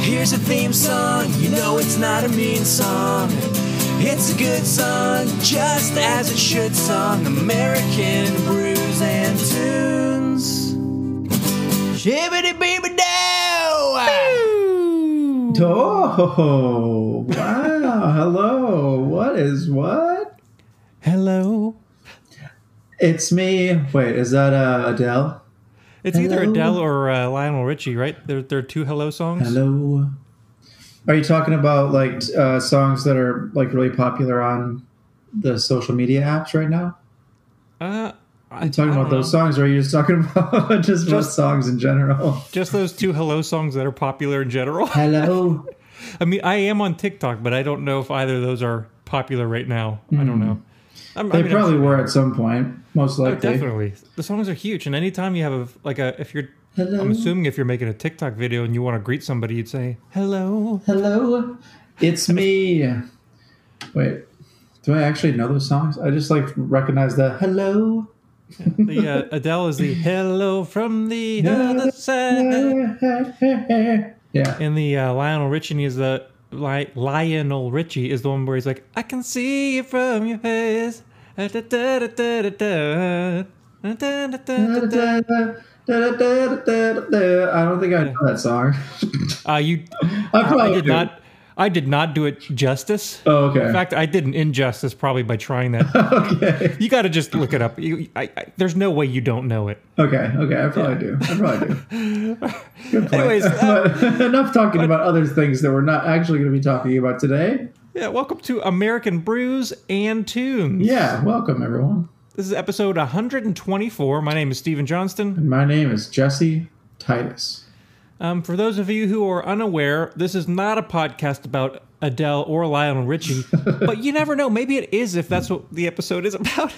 Here's a theme song, you know it's not a mean song. It's a good song, just as it should song. American brews and tunes. Shibbity beeby dow! Oh, wow. Hello. What is what? Hello. It's me. Wait, is that uh, Adele? It's either Hello. Adele or uh, Lionel Richie, right? There, there are two hello songs. Hello. Are you talking about like t- uh, songs that are like really popular on the social media apps right now? Uh, Are you talking I about don't those songs, or are you just talking about just, about songs in general? just those two hello songs that are popular in general. Hello. I mean, I am on TikTok, but I don't know if either of those are popular right now. I don't know. I'm, Mm. They probably were at some point, most Oh, likely. definitely. The songs are huge, and anytime you have a like a if you're, Hello. I'm assuming if you're making a TikTok video and you want to greet somebody, you'd say hello. Hello, it's me. Wait, do I actually know those songs? I just like recognize the hello. The uh, Adele is the hello from the other side, Yeah. and the uh, Lionel Richie is the Li- Lionel Richie is the one where he's like, I can see it from your face. Da, da, da, da, da, da, da, da, da, da, da, da. I don't think I know that song. Uh, you, I I probably did not. I did not do it justice. Oh, okay. In fact, I did an injustice probably by trying that. okay. you got to just look it up. You, I, I, there's no way you don't know it. Okay. Okay. I probably do. I probably do. Good point. Anyways, uh, But enough talking about other things that we're not actually going to be talking about today. yeah. Welcome to American Brews and Tunes. Yeah. Welcome, everyone. This is episode 124. My name is Stephen Johnston. My name is Jesse Titus. Um, for those of you who are unaware, this is not a podcast about Adele or Lionel Richie, but you never know. Maybe it is if that's what the episode is about.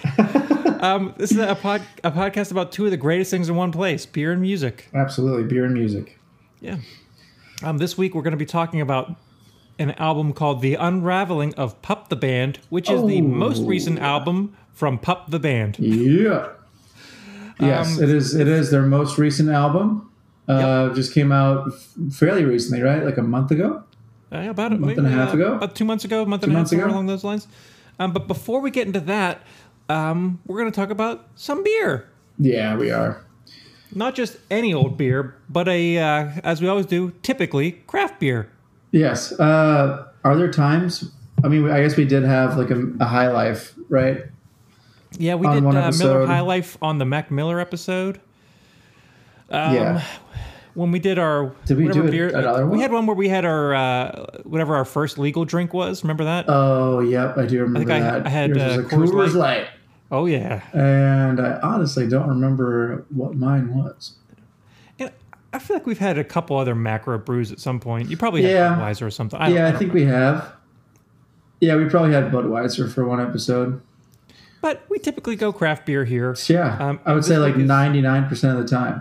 um, this is a, pod, a podcast about two of the greatest things in one place beer and music. Absolutely. Beer and music. Yeah. Um, this week, we're going to be talking about an album called The Unraveling of Pup the Band, which is the most recent album from Pup the Band. Yeah. Yes, it is. It is their most recent album. Uh, Just came out f- fairly recently, right? Like a month ago. Uh, yeah, about a month and a half ago? About two months ago, a month and a half, months somewhere ago? along those lines. Um, but before we get into that, um, we're going to talk about some beer. Yeah, we are. Not just any old beer, but a, uh, as we always do, typically craft beer. Yes. Uh, are there times? I mean, I guess we did have like a, a high life, right? Yeah, we On did one uh, Miller episode. High Life on the Mac Miller episode. Um, yeah. When we did our Did we whatever do it- beer, another we one? had one where we had our uh, whatever our first legal drink was. Remember that? Oh, yep. I do remember I- that. I had, Yours uh, was a Coors Coors Light. oh yeah, and I honestly don't remember what mine was. and I feel like we've had a couple other macro brews at some point. You probably had Yeah. Budweiser or something. I don't, Yeah, I I don't think we have. Yeah, we probably had Budweiser for one episode. But we typically go craft beer here. Yeah, Um, I would this say like week is- ninety nine percent of the time.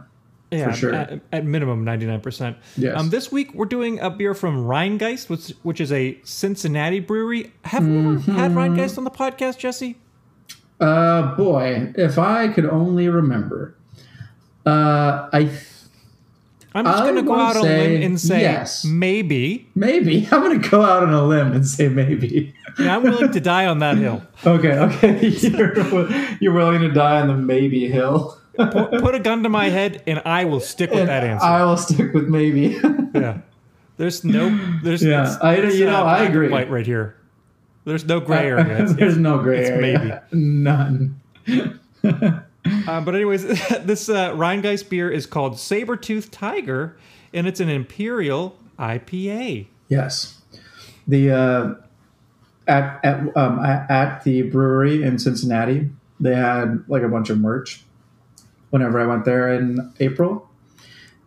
Yeah, sure. At, at minimum, 99%. Yes. Um, this week, we're doing a beer from Rheingeist, which, which is a Cincinnati brewery. Have we ever had Mm-hmm. Rheingeist on the podcast, Jesse? Uh, boy, if I could only remember. Uh, I th- I'm just I going to go wanna out on a say limb and say yes. maybe. maybe I'm gonna go out on a limb and say maybe. And I'm willing to die on that hill. Okay, okay, you're, you're willing to die on the maybe hill. Put, put a gun to my head, and I will stick with that answer. I will stick with maybe. yeah. There's no. There's, Yeah, it's- I- it's, uh, you know, I black and agree. Uh, White right here. There's no gray area. It's- There's no gray it's area. None. Uh, but anyways, this uh, Rheingeist beer is called Sabertooth Tiger, and it's an Imperial IPA. Yes, the uh, at at um, at at the brewery in Cincinnati, they had like a bunch of merch. Whenever I went there in April,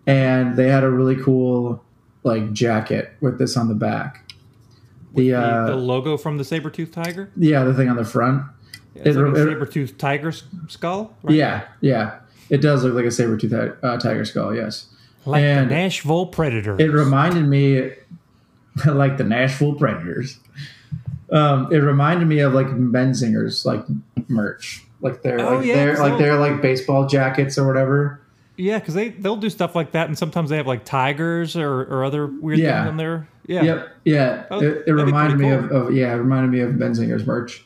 and they had a really cool like jacket with this on the back. The, The- uh, the, logo from the Sabertooth Tiger. yeah, the thing on the front. It's It- like a it- Sabertooth Tiger s- skull. Right? Yeah, yeah, it does look like a saber tooth uh, tiger skull. Yes, Like and- the Nashville Predator. It reminded me, like the Nashville Predators. Um, it reminded me of like Menzinger's like merch, like their Oh, like yeah, their like so- their like baseball jackets or whatever. Yeah, because they they'll do stuff like that, and sometimes they have like tigers or, or other weird Yeah. things on there. Yeah. Yep. Yeah. Oh, it it that'd be reminded me pretty of, of yeah, it reminded me of Benzinger's merch.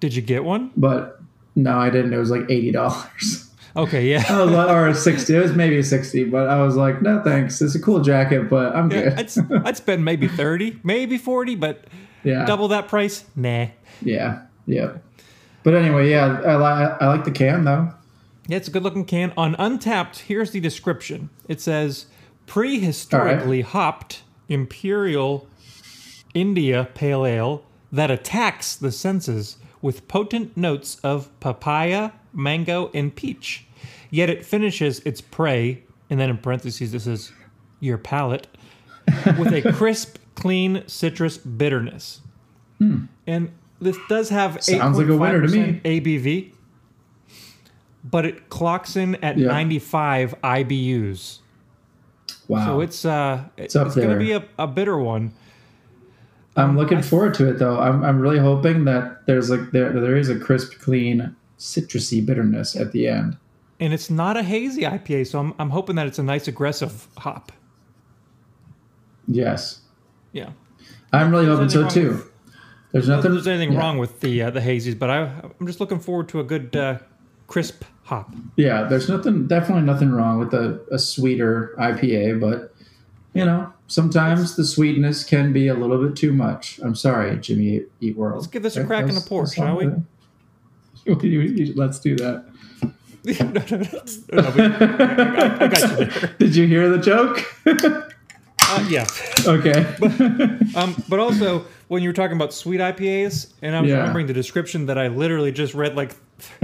Did you get one? But no, I didn't. It was like eighty dollars. Okay. Yeah. I was like, or sixty. It was maybe sixty, but I was like, no thanks. It's a cool jacket, but I'm Yeah, good. I'd, s- I'd spend maybe thirty, maybe forty, but yeah. double that price, nah. Yeah. Yeah. But anyway, yeah, I, li- I like the can though. Yeah, it's a good looking can. On Untapped, here's the description it says All prehistorically hopped Imperial India Pale Ale that attacks the senses with potent notes of papaya, mango, and peach. Yet it finishes its prey, and then in parentheses, this is your palate, with a crisp, clean citrus bitterness. And this does have Hmm. Sounds like a winner to me. 8.5% ABV but it clocks in at Yeah. 95 IBUs. Wow. So it's uh it's, up going to there. be a, a bitter one. I'm looking forward to it though. I'm, I'm really hoping that there's like there there is a crisp, clean, citrusy bitterness at the end. And it's not a hazy IPA, so I'm I'm hoping that it's a nice aggressive hop. Yes, Yeah. I'm really hoping There's so nothing wrong too. There's Not that nothing. there's anything yeah. wrong with the uh, the hazies, but I I'm just looking forward to a good uh, crisp hop. Yeah, there's nothing. Definitely nothing wrong with a, a sweeter IPA, but you know sometimes the sweetness can be a little bit too much. I'm sorry, Jimmy Eat- Eat World. Let's give this a crack and a That's- pour, that's shall all we? good. You- you- Let's do that. no, no, no, no, no, we- I got you there. Did you hear the joke? Uh, yeah. okay. Um, but also, when you were talking about sweet IPAs, and I was Yeah. remembering the description that I literally just read like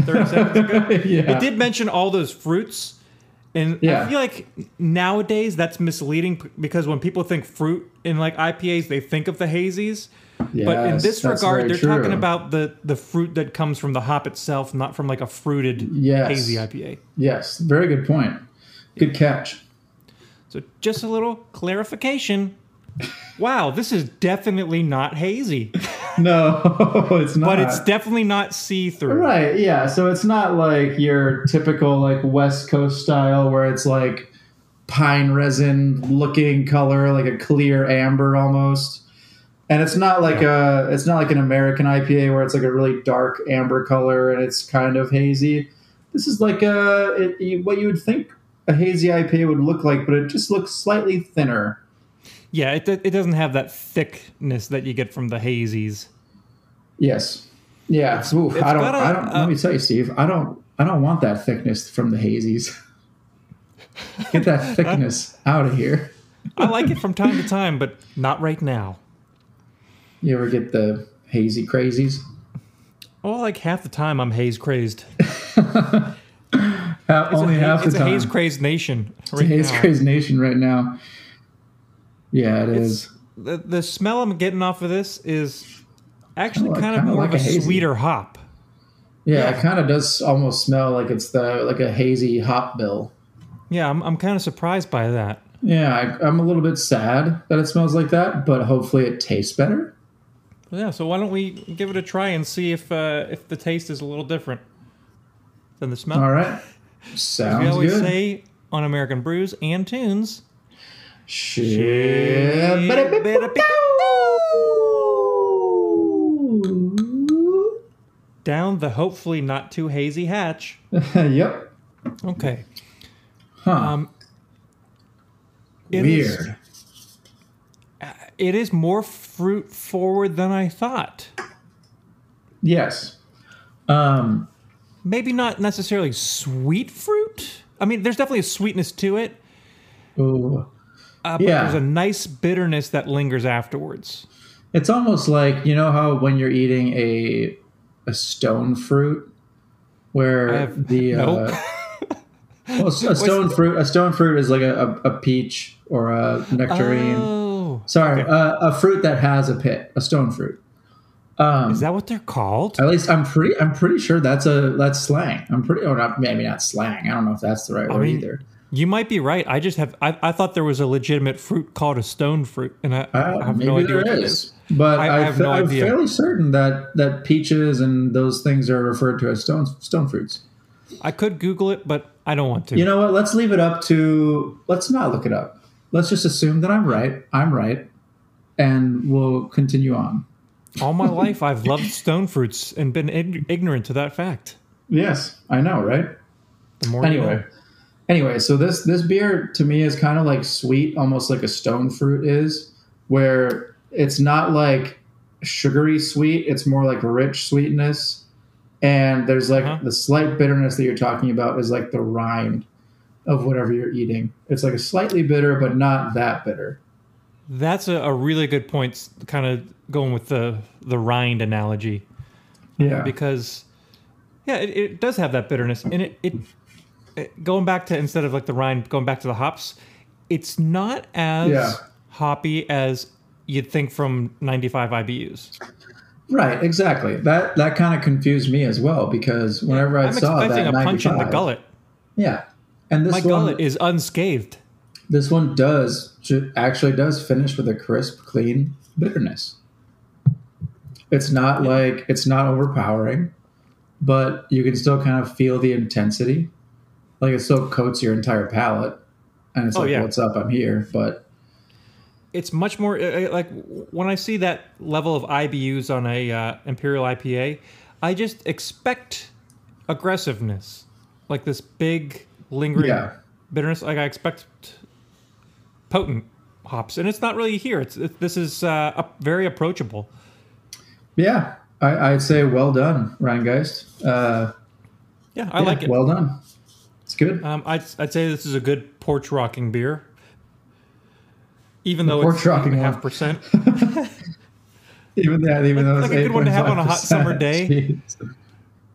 30 seconds ago, yeah. It did mention all those fruits, and Yeah. I feel like nowadays that's misleading p- because when people think fruit in like IPAs, they think of the hazies. but in Yes, this that's regard, very they're talking true. about the the fruit that comes from the hop itself, not from like a fruited Yes. hazy IPA. Yes, very good point. Good catch. So just a little clarification. Wow, this is definitely not hazy, No, it's not. but it's definitely not see through. right. Yeah, so it's not like your typical like West Coast style where it's like pine resin looking color, like a clear amber almost. And it's not like a it's not like an American IPA where it's like a really dark amber color and it's kind of hazy. This is like a it, you- what you would think a hazy IPA would look like, but it just looks slightly thinner. Yeah, it, it doesn't have that thickness that you get from the hazies. Yes. Yeah. Oof, it's I don't. got a- I don't. uh, let me tell you, Steve. I don't. I don't want that thickness from the hazies. Get that thickness out of here. I like it from time to time, but not right now. You ever get the hazy crazies? Well, like half the time I'm haze crazed. Ha- Uh, only it's a, half it's the time. a haze crazed nation It's a right haze now. craze nation right now. Yeah, it is. The, the smell I'm getting off of this is actually Kinda like- kind of kinda more like of a, a hazy. sweeter hop. Yeah, it kind of does almost smell like it's the like a hazy hop bill. Yeah, I'm, I'm kind of surprised by that. Yeah, I, I'm a little bit sad that it smells like that, but hopefully it tastes better. Yeah, so why don't we give it a try and see if uh, if the taste is a little different than the smell? All right, we sounds always good. say on American Brews and Tunes. Shit. Down the hopefully not too hazy hatch. yep. Okay. Huh. Um, it is- Weird. it is more fruit forward than I thought. Yes. Um, Maybe not necessarily sweet fruit. I mean, there's definitely a sweetness to it, ooh. uh, but Yeah. there's a nice bitterness that lingers afterwards. It's almost like you know how when you're eating a a stone fruit, where I have- the Nope. uh, well, a stone fruit a stone fruit is like a, a, a peach or a nectarine. Oh, Sorry, uh, a fruit that has a pit, a stone fruit. Um, is that what they're called? At least I'm pretty. I'm pretty sure that's a that's slang. I'm pretty, or not, maybe not slang. I don't know if that's the right word mean- either. You might be right. I just have I, I thought there was a legitimate fruit called a stone fruit, and I, Uh, I have maybe no idea there what it is. is. but I- I, I have no am idea. fairly certain that that peaches and those things are referred to as stone stone fruits. I could Google it, but I don't want to. You know what? Let's leave it up to. Let's not look it up. Let's just assume that I'm right. I'm right, and we'll continue on. All my life, I've loved stone fruits and been ig- ignorant to that fact. Yes, I know, right? The more you Anyway, know. anyway, so this this beer to me is kind of like sweet, almost like a stone fruit is, where it's not like sugary sweet. It's more like rich sweetness, and there's like Uh-huh. the slight bitterness that you're talking about is like the rind of whatever you're eating. It's like a slightly bitter, but not that bitter. that's a, a really good point. Kind of going with the the rind analogy. Yeah, because yeah it, it does have that bitterness and it, it, it going back to instead of like the rind going back to the hops it's not as Yeah. hoppy as you'd think from 95 ibus right, exactly. That that kind of confused me as well because whenever I i'm saw expecting that a punch in the 95 gullet yeah, and this my one, gullet is unscathed this one does ju- actually does finish with a crisp clean bitterness it's not like it's not overpowering but you can still kind of feel the intensity like it still coats your entire palate and it's Oh, like yeah. what's up i'm here but it's much more uh, uh, like when i see that level of ibus on a uh, imperial ipa i just expect aggressiveness like this big lingering yeah bitterness. Like I expect potent hops, and it's not really here. It's it, this is uh, up, very approachable. yeah I, i'd say well done ryan geist uh, Yeah, I yeah, like it. well done it's good um, I'd I'd say this is a good porch rocking beer, even though porch it's eight and rocking a half one. percent. even that even though like it's a good one to have on a hot 8.5%. summer day. Jeez.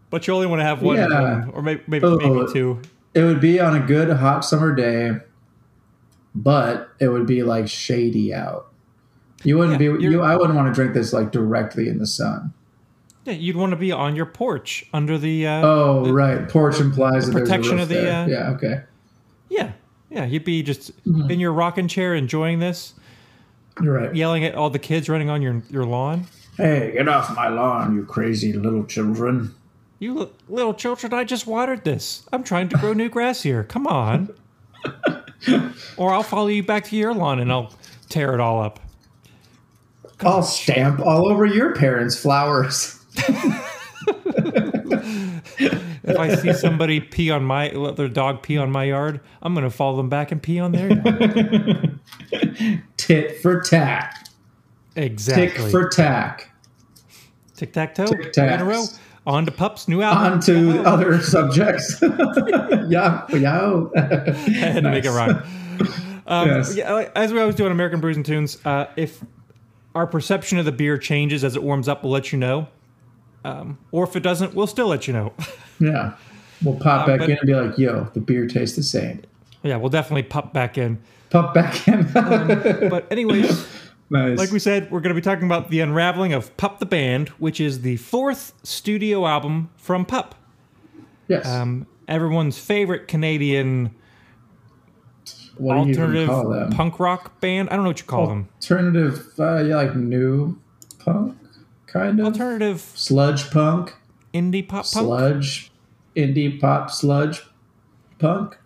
But you only want to have one, Yeah. um, or maybe maybe, Oh. maybe two. It would be on a good hot summer day, but it would be like shady out. You wouldn't Yeah, you're- be you I wouldn't want to drink this like directly in the sun. Yeah, you'd want to be on your porch under the. Uh, Oh right. Porch implies that protection there's of a the, roof uh, there. Yeah, okay. Yeah, yeah, you'd be just Mm-hmm. in your rocking chair enjoying this, You're right. yelling at all the kids running on your your lawn. Hey, get off my lawn, you crazy little children. You li- little children, I just watered this. I'm trying to grow new grass here. Come on. or I'll follow you back to your lawn and I'll tear it all up. I'll stamp all over your parents' flowers. If I see somebody pee on my, let their dog pee on my yard, I'm going to follow them back and pee on their yard. Tit for tack. Tick Exactly. for tack. Tic tac toe. Tic-tacs. In a row. On to Pup's new album. On to other subjects. yeah, yeah. I had to make it Nice. rhyme. Um, Yes. yeah, like- as we always do on American Brews and Tunes, uh, if our perception of the beer changes as it warms up, we'll let you know. Um, or if it doesn't, we'll still let you know. Yeah. We'll pop back Uh, but- in and be like, yo, the beer tastes the same. Yeah, we'll definitely pop back in. Pop back in. But anyways, nice. Um, like we said, we're going to be talking about the unraveling of Pup the Band, which is the fourth studio album from Pup, yes. um, everyone's favorite Canadian what do you even alternative call them? punk rock band. I don't know what you call them. Alternative, uh, yeah, like new punk, kind of. Alternative sludge punk, indie pop punk. sludge, indie pop sludge punk.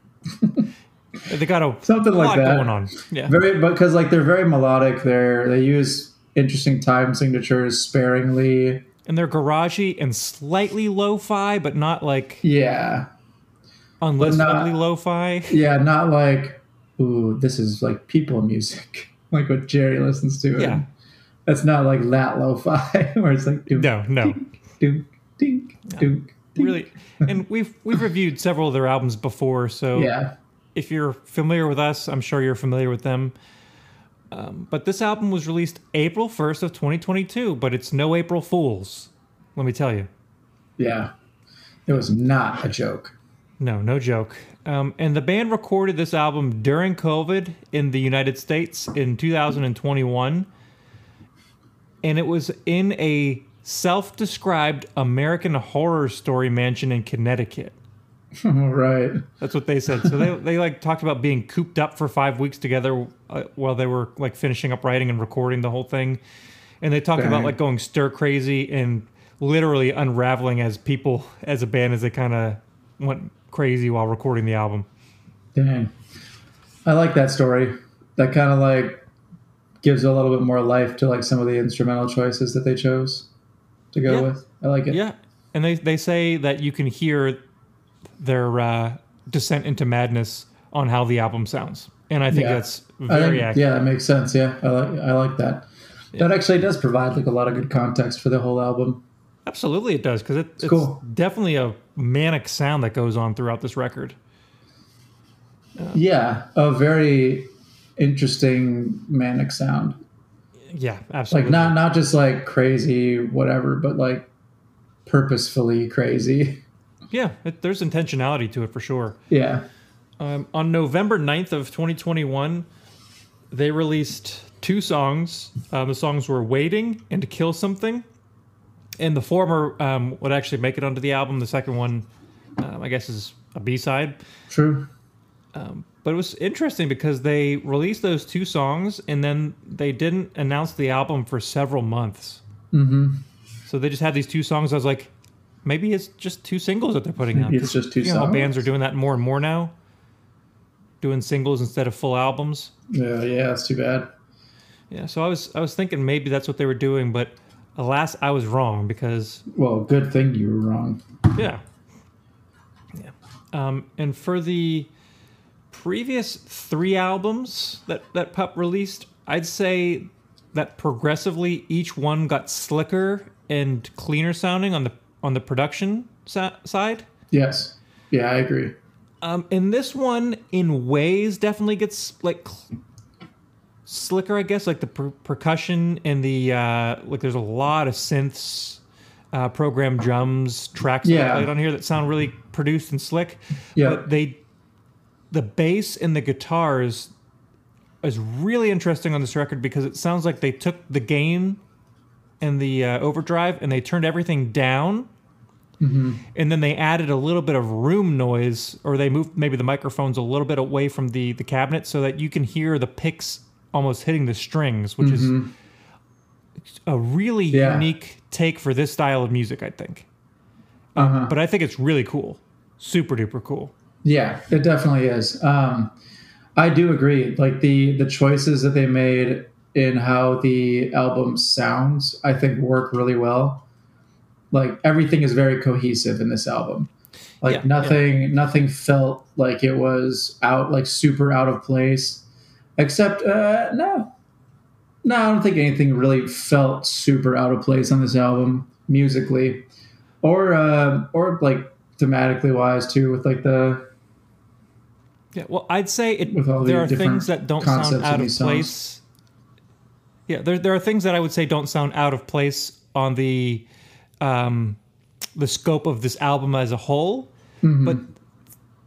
They got a Something like lot that. going on. Yeah, Very, because like they're very melodic. They're, they use interesting time signatures sparingly. and they're garagey and slightly lo-fi, but not like Yeah. unlistenably lo-fi. Yeah. Not like, ooh, this is like people music, like what Jerry listens to. Yeah, That's not like that lo-fi where it's like dunk, no, no. dunk, dink, dunk, dink. Really, and we've we've reviewed several of their albums before, so Yeah. if you're familiar with us, I'm sure you're familiar with them. Um, but this album was released April 1st of 2022, but it's no April Fools. Let me tell you. Yeah. It was not a joke. No, no joke. Um, and the band recorded this album during COVID in the United States in 2021. And it was in a self described American horror story mansion in Connecticut. All right. That's what they said. So they they like talked about being cooped up for five weeks together uh, while they were like finishing up writing and recording the whole thing, and they talked about Dang. like going stir crazy and literally unraveling as people as a band as they kind of went crazy while recording the album. Dang. I like that story. That kind of like gives a little bit more life to like some of the instrumental choices that they chose to go Yeah. with. I like it. Yeah, and they they say that you can hear their uh, descent into madness on how the album sounds, and I think Yeah. that's I very think- accurate. yeah, that makes sense. Yeah, I like I like that. That actually does provide like a lot of good context for the whole album. Absolutely, it does because it, it's cool. definitely a manic sound that goes on throughout this record. Yeah, a very interesting manic sound. Yeah, Like absolutely. not not just like crazy whatever, but like purposefully crazy. yeah, it, there's intentionality to it for sure. Yeah. Um, on November 9th of 2021, they released two songs. Uh, the songs were "Waiting" and "To Kill Something," and the former um, would actually make it onto the album. The second one, um, I guess, is a B-side. True. But it was interesting because they released those two songs and then they didn't announce the album for several months. Mm-hmm. So they just had these two songs. I was like, maybe it's just two singles that they're putting out. Maybe it's just two you know how songs. bands are doing that more and more now, doing singles instead of full albums. Yeah, yeah, that's too bad. Yeah. So I was I was thinking maybe that's what they were doing, but alas, I was wrong because Well, good thing you were wrong. Yeah. Yeah. Um, and for the previous three albums that, that Pup released, I'd say that progressively each one got slicker and cleaner sounding on the on the production sa- side. Yes. Yeah, I agree. Um, and this one, in ways, definitely gets like cl- slicker, I guess. Like the per- percussion and the uh, like, there's a lot of synths, uh, programmed drums, tracks that Yeah. are played on here that sound really produced and slick. Yeah. But they, the bass and the guitars, is really interesting on this record because it sounds like they took the gain and the uh, overdrive and they turned everything down Mm-hmm. and then they added a little bit of room noise or they moved maybe the microphones a little bit away from the the cabinet so that you can hear the picks almost hitting the strings which is a really Mm-hmm. Yeah. unique take for this style of music i think Uh-huh. but i think it's really cool super duper cool Yeah, it definitely is. Um, I do agree. Like the the choices that they made in how the album sounds, I think work really well. Like everything is very cohesive in this album. Like Yeah, yeah. nothing nothing felt like it was out like super out of place. Except uh no. No, I don't think anything really felt super out of place on this album musically or uh, or like thematically wise too with like the yeah well i'd say it With all the there are different things that don't concepts sound in out of these songs. place yeah there, there are things that i would say don't sound out of place on the um the scope of this album as a whole Mm-hmm. but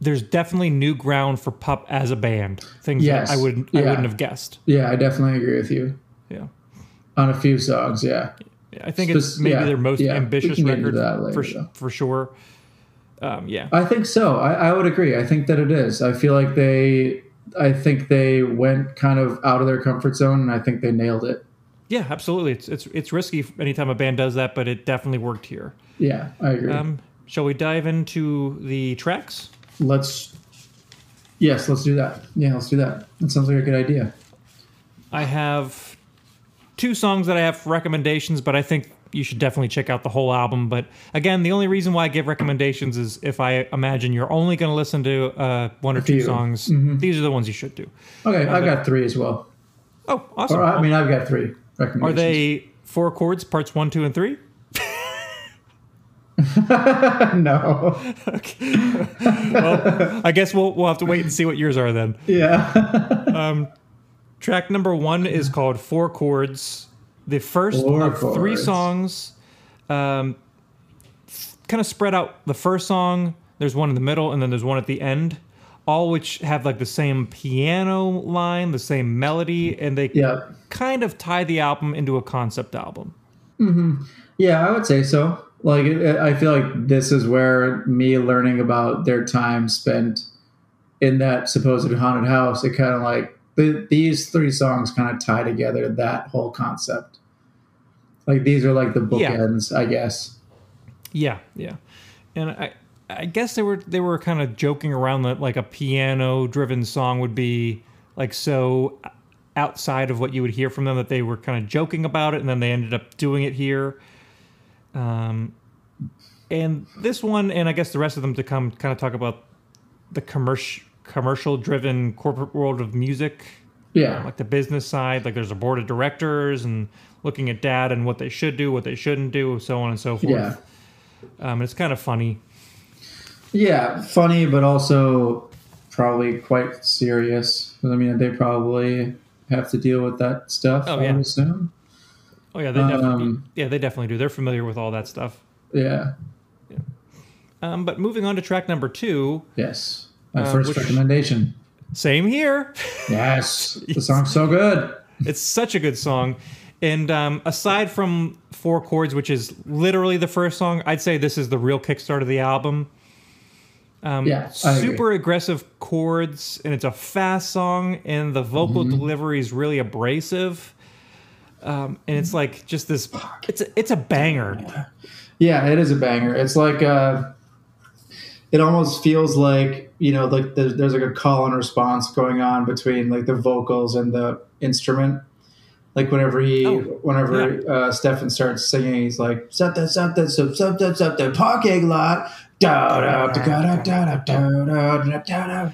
there's definitely new ground for pup as a band things Yes. that i wouldn't i Yeah. wouldn't have guessed Yeah, I definitely agree with you yeah on a few songs. Yeah, Yeah, i think it's Spec- maybe yeah, their most yeah. We ambitious can get into record that later, for sh- though. for sure um yeah I think so. I, I would agree. I think that it is. I feel like they, I think they went kind of out of their comfort zone, and I think they nailed it. yeah absolutely it's it's it's risky anytime a band does that but it definitely worked here Yeah, I agree. um shall we dive into the tracks let's, yes, let's do that. Yeah, let's do that. That sounds like a good idea. I have two songs that I have for recommendations, but I think you should definitely check out the whole album. But again, the only reason why I give recommendations is if I imagine you're only going to listen to uh, one or two few. Mm-hmm. songs, these are the ones you should do. Okay, I've got three as well. Oh, awesome. Or I mean, I've got three are recommendations. they four chords, parts one, two, and three? no. I guess we'll, we'll have to wait and see what yours are then. Yeah. Track number one is called Four Chords. The first Four of three chords. songs, um, kind of spread out. The first song, there's one in the middle, and then there's one at the end, all which have like the same piano line, the same melody, and they yeah. kind of tie the album into a concept album. Yeah, I would say so. Like, it, it- I feel like this is where me learning about their time spent in that supposed haunted house, it kind of like the, these three songs kind of tie together that whole concept. Like, these are like the Yeah. bookends, I guess. Yeah, yeah, and I I guess they were they were kind of joking around that like a piano driven song would be like so outside of what you would hear from them that they were kind of joking about it and then they ended up doing it here. Um, and this one and I guess the rest of them to come kind of talk about the commercial commercial driven corporate world of music Yeah. like the business side like there's a board of directors and looking at data and what they should do what they shouldn't do so on and so forth Yeah. um, it's kind of funny Yeah. Funny, but also probably quite serious. I mean, they probably have to deal with that stuff, Oh, I yeah. would assume. oh yeah they definitely Um, yeah they definitely do they're familiar with all that stuff Yeah. um, but moving on to track number two Yes. My Uh, first which- recommendation. same here Yes. the song's so good. it's such a good song and um, aside from four chords which is literally the first song i'd say this is the real kickstart of the album um, Yeah, I agree. super aggressive chords and it's a fast song and the vocal Mm-hmm. delivery is really abrasive um, and it's like just this it's a, it's a banger Yeah, it is a banger. It's like uh it almost feels like you know, like there's, there's like a call and response going on between like the vocals and the instrument. Like whenever he, Oh, whenever uh, Stefan starts singing, he's like something, something, something, something, something, parking lot, da da da da da da da da da da.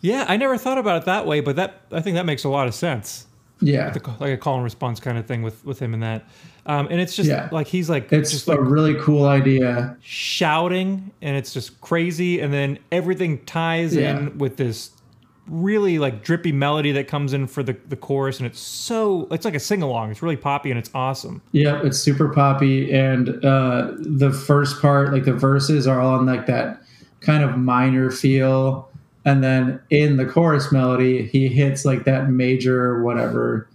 yeah i never thought about it that way but that i think that makes a lot of sense Yeah, The ca- like a call and response kind of thing with with him and that um, and it's just Yeah. like he's like it's just a like really cool idea. shouting and it's just crazy and then everything ties Yeah. in with this really like drippy melody that comes in for the, the chorus and it's so it's like a sing-along it's really poppy and it's awesome Yep, it's super poppy, and uh, the first part, like the verses, are all on like that kind of minor feel, and then in the chorus melody, he hits like that major whatever.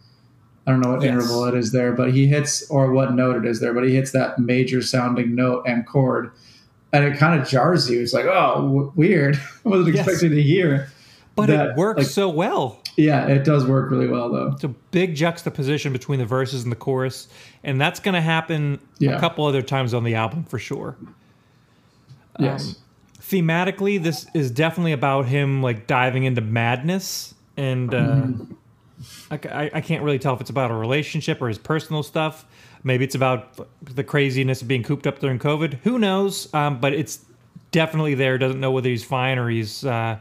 I don't know what Yes. interval it is there, but he hits or what note it is there, but he hits that major sounding note and chord, and it kind of jars you. It's like, oh, w- weird. I wasn't Yes. expecting to hear. but That, it works like- so well Yeah, it does work really well though. it's a big juxtaposition between the verses and the chorus and that's going to happen Yeah. a couple other times on the album for sure Um, Yes. thematically this is definitely about him like diving into madness and uh, Mm-hmm. I, I- I can't really tell if it's about a relationship or his personal stuff maybe it's about the craziness of being cooped up during covid who knows um, but it's definitely there doesn't know whether he's fine or he's uh,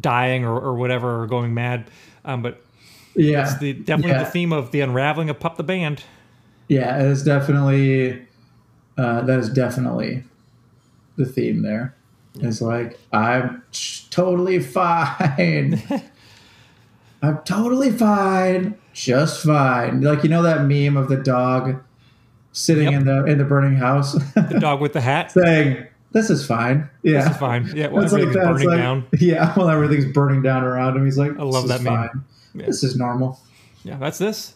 dying or, or whatever or going mad um, but yeah. it's the, definitely yeah. the theme of the unraveling of pup the band Yeah, it is definitely uh, that is definitely the theme there. It's like I'm t- totally fine. I'm totally fine, just fine. Like you know that meme of the dog sitting Yep. in the in the burning house the dog with the hat saying, "This is fine." Yeah, This is fine yeah well, It's like everything's that. It's burning like- down Yeah, while everything's burning down around him, he's like, "I love that meme. Yeah. This is normal." yeah that's this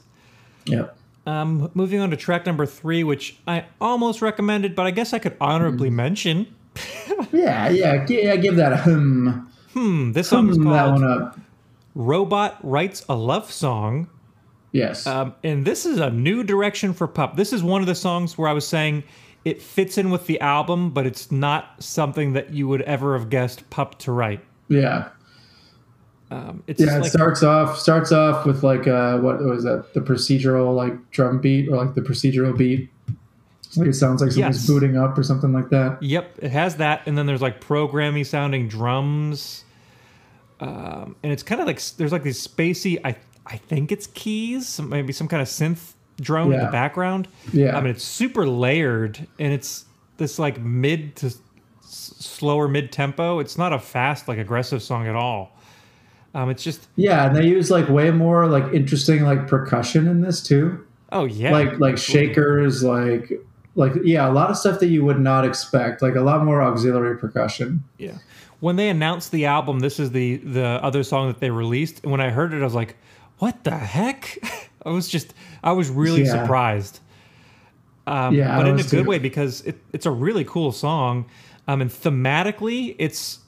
Yep. Um, moving on to track number three, which I almost recommended, but I guess I could honorably Hmm. mention. Yeah, yeah, gi- yeah. Give that a hmm, Hmm, this song hmm is that called one up. "Robot Writes a Love Song," Yes. um, and this is a new direction for Pup. This is one of the songs where I was saying it fits in with the album, but it's not something that you would ever have guessed Pup to write. yeah. Um, it's Yeah, it like, starts off starts off with like uh what was that the procedural like drum beat or like the procedural beat. It's Like it sounds like something's Yes. booting up or something like that. yep, it has that, and then there's like programmy sounding drums, um, and it's kind of like s- there's like these spacey. I I think it's keys, some- maybe some kind of synth drone in Yeah. the background. Yeah. I mean, it's super layered and it's this like mid to s- slower mid tempo. It's not a fast, like aggressive song at all. Um, it's just, yeah, and they use like way more like interesting like percussion in this too. oh, yeah. Like like shakers, like like yeah, a lot of stuff that you would not expect. Like a lot more auxiliary percussion. yeah. When they announced the album, this is the, the other song that they released. And when I heard it, I was like, what the heck? I was just, I was really Yeah. surprised. Um, Yeah, I but in a was good too. way because it, it's a really cool song. Um, and thematically, it's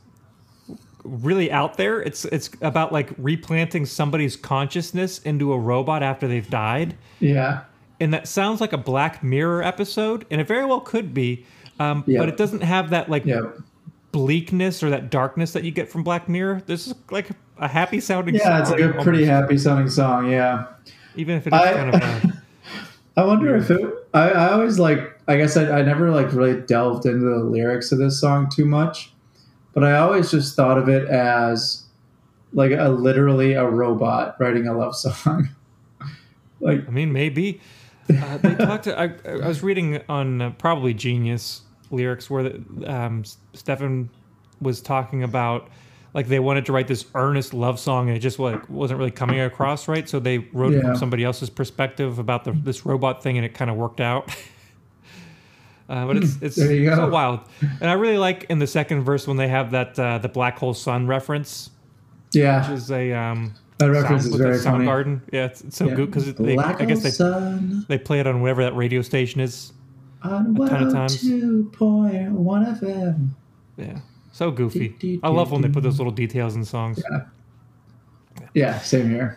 really out there. It's it's about like replanting somebody's consciousness into a robot after they've died, Yeah. and that sounds like a Black Mirror episode, and it very well could be. Um, Yeah. But it doesn't have that like Yeah. bleakness or that darkness that you get from Black Mirror. This is like a happy sounding Yeah, it's song. like a pretty almost, happy sounding song. Yeah. Even if it is I- kind of a, I wonder if it, I, I always like, I guess I, I never like really delved into the lyrics of this song too much, but I always just thought of it as like a literally a robot writing a love song. like, I mean, maybe. Uh, they talked. To, I, I was reading on uh, probably Genius lyrics where the, um, Stefan was talking about like they wanted to write this earnest love song and it just like wasn't really coming across right. So they wrote it Yeah. from somebody else's perspective about the, this robot thing and it kind of worked out. Uh, but it's it's there you so go. wild, and I really like in the second verse when they have that uh, the black hole sun reference, yeah, which is a um, that reference is with the very funny. Soundgarden. Yeah, it's, it's so Yeah. good because Black I guess they sun they play it on whatever that radio station is. on ton of times. 102.1 FM. Yeah. So goofy. Do, do, I love do, when they do. put those little details in songs. Yeah, same here.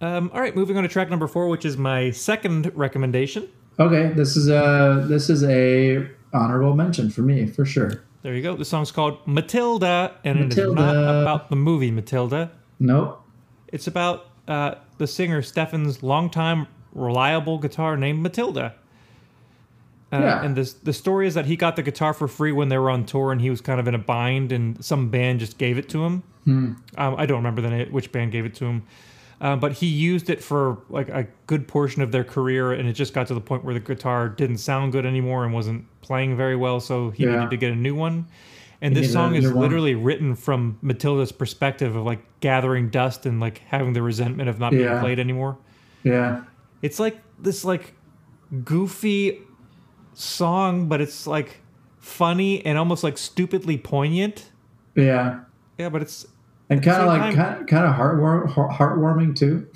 Um, all right, moving on to track number four, which is my second recommendation. Okay, this is a this is a honorable mention for me for sure. There you go. The song's called Matilda, and it is not Matilda. about the movie Matilda. Nope. It's about uh, the singer Stefan's longtime reliable guitar named Matilda. Uh, Yeah. And this, the story is that he got the guitar for free when they were on tour and he was kind of in a bind and some band just gave it to him. Hmm. Um, I don't remember the name, which band gave it to him. Uh, but he used it for like a good portion of their career and it just got to the point where the guitar didn't sound good anymore and wasn't playing very well. So he Yeah. needed to get a new one. And this needed a song is new one. literally really written from Matilda's perspective of like gathering dust and like having the resentment of not being Yeah. played anymore. Yeah. It's like this like goofy song, but it's like funny and almost like stupidly poignant. Yeah. Yeah, but it's And kind same of like time- kind, kind of heartwarm, heart- heartwarming too.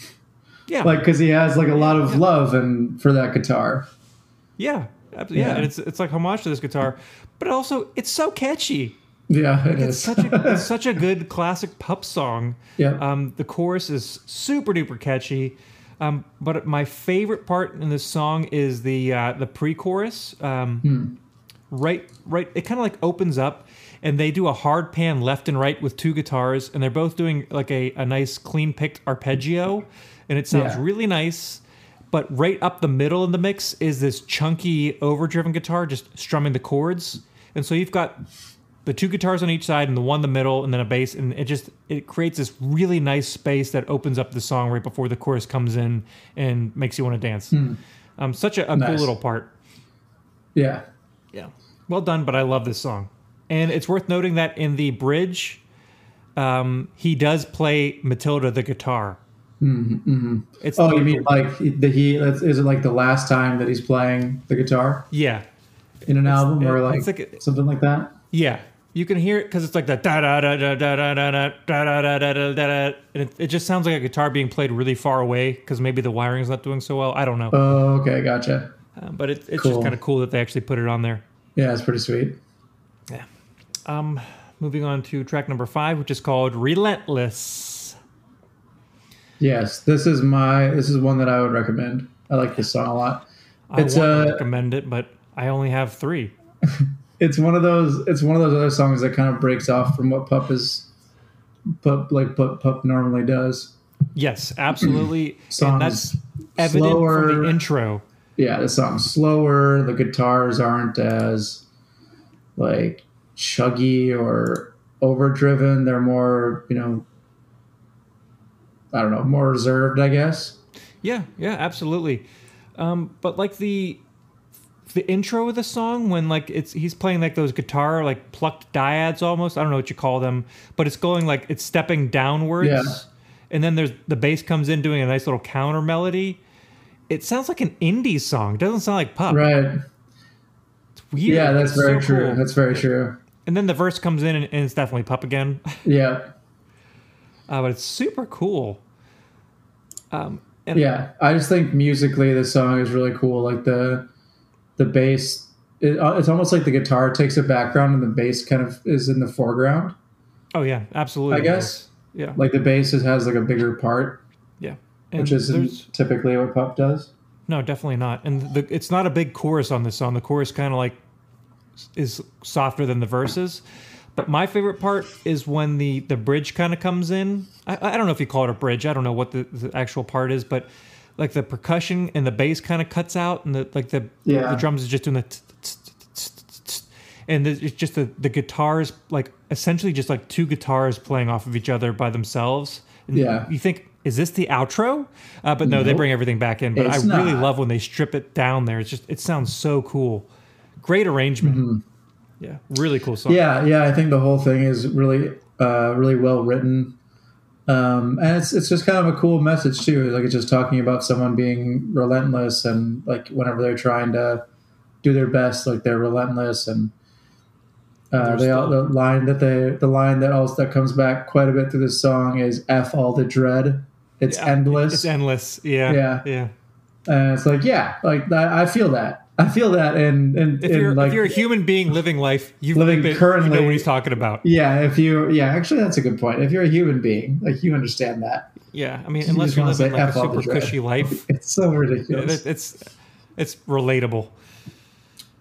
yeah, Like because he has like a lot of love and for that guitar. yeah, abso- yeah, Yeah. And it's it's like homage to this guitar, but also it's so catchy. Yeah, it It's is. such a it's such a good classic pup song. yeah. Um, the chorus is super duper catchy. Um, but my favorite part in this song is the uh, the pre-chorus. Um, Right, right. It kind of like opens up, and they do a hard pan left and right with two guitars, and they're both doing like a, a nice clean picked arpeggio, and it sounds Yeah. really nice. But right up the middle in the mix is this chunky overdriven guitar just strumming the chords, and so you've got the two guitars on each side and the one in the middle and then a bass and it just it creates this really nice space that opens up the song right before the chorus comes in and makes you want to dance um, such a, a cool Hmm. Nice. little part yeah. yeah well done but i love this song and it's worth noting that in the bridge um, he does play matilda the guitar it's Mm-hmm, Oh, you mean like the he? that's- Is it like the last time that he's playing the guitar yeah in an album or like, it's like a- something like that? Yeah, you can hear it because it's like that da da da da da da da da da da da da da da, da, and it, it just sounds like a guitar being played really far away because maybe the wiring's not doing so well. I don't know, Oh, okay, gotcha. um, but it, it's just cool. kind of cool that they actually put it on there. Yeah, it's pretty sweet. Um, moving on to track number five, which is called "Relentless." Yes, this is my this is one that I would recommend. I like this song a lot. I It's, want to uh, recommend it, but I only have three. It's one of those it's one of those other songs that kind of breaks off from what Pup is Pup like Pup Pup normally does. Yes, absolutely, and Songs that's evident from slower. the intro. Yeah, the song's slower, the guitars aren't as like chuggy or overdriven. They're more, you know I don't know, more reserved, I guess. Yeah, yeah, absolutely. Um, but like the the intro of the song when like it's he's playing like those guitar like plucked dyads almost. I don't know what you call them, but it's going like it's stepping downwards. Yeah. And then there's the bass comes in doing a nice little counter melody. It sounds like an indie song. It doesn't sound like pop. Right. It's weird. Yeah, that's It's very so true. cool. That's very true. and then the verse comes in and, and it's definitely pop again. Yeah. Uh, but it's super cool. Um, and yeah i just think musically this song is really cool like the the bass it, uh, it's almost like the guitar takes a background and the bass kind of is in the foreground oh yeah, absolutely. I guess. Yeah. like the bass is, has like a bigger part Yeah. And which isn't there's- typically what pup does No, definitely not. And the, it's not a big chorus on this song. The chorus kind of like is softer than the verses. But my favorite part is when the the bridge kind of comes in. I, I don't know if you call it a bridge. I don't know what the, the actual part is, but like the percussion and the bass kind of cuts out, and the like the Yeah. the drums is just doing the. t- t- t- t- t- t- And the- it's just the, the guitars, like essentially just like two guitars playing off of each other by themselves. And Yeah. You think, is this the outro? Uh, but no, they Nope. bring everything back in. But I It's really not. love when they strip it down there. It's just, it sounds so cool. Great arrangement. Mm-hmm. Yeah. Really cool song. Yeah, yeah. I think the whole thing is really, uh, really well written, um, and it's it's just kind of a cool message too. Like it's just talking about someone being relentless and like whenever they're trying to do their best, like they're relentless and. Uh, they all, the line that they the line that also that comes back quite a bit through this song is "f all the dread." It's Yeah, endless. It's endless. Yeah. Yeah. Yeah. and it's like, yeah, like I, I feel that. I feel that, and and If and, you're like, if you're a human being living life, you've Living lived it, you currently- know what he's talking about. yeah, if you yeah, actually, that's a good point. If you're a human being, like you understand that. Yeah. I mean, unless just you're wanna living say like a F all super the dread. cushy life, It's so ridiculous. it- it's it's relatable.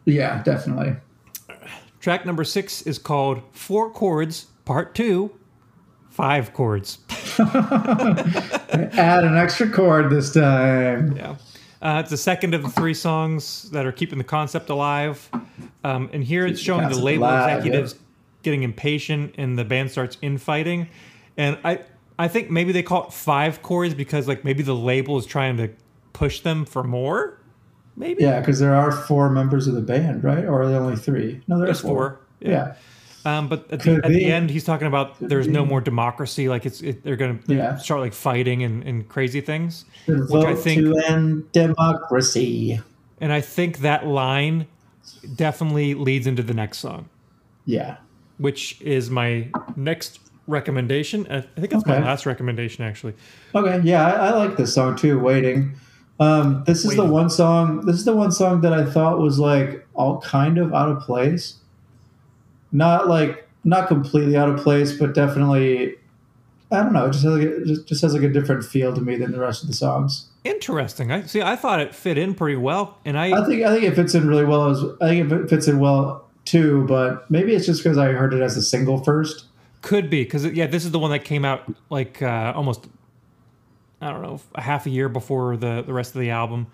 Yeah, definitely. Track number six is called Four Chords Part Two, Five Chords. Add an extra chord this time. Yeah. Uh, it's the second of the three songs that are keeping the concept alive. Um, and here it's showing the concept label alive, executives getting impatient and the band starts infighting. And I, I think maybe they call it five chords because like maybe the label is trying to push them for more. Maybe Yeah, because there are four members of the band, right? Or are there only three? No, there's, there's four. Yeah. Um, but at the, Could at the be. end, he's talking about there's no be. more democracy. Like it's it, they're going to Yeah. start like fighting and, and crazy things. The Which I vote think- to end democracy. And I think that line definitely leads into the next song, Yeah. which is my next recommendation. I I think that's my Okay. last recommendation actually. Okay, yeah, I, I like this song too. Waiting. Um, this is the Waiting. one song. This is the one song that I thought was like all kind of out of place. Not like not completely out of place, but definitely. I don't know. It just has like a, just, just has like a different feel to me than the rest of the songs. Interesting. I see. I thought it fit in pretty well, and I, I think I think it fits in really well. As I think it fits in well too, but maybe it's just because I heard it as a single first. could be because yeah, this is the one that came out like uh, almost I don't know a half a year before the the rest of the album.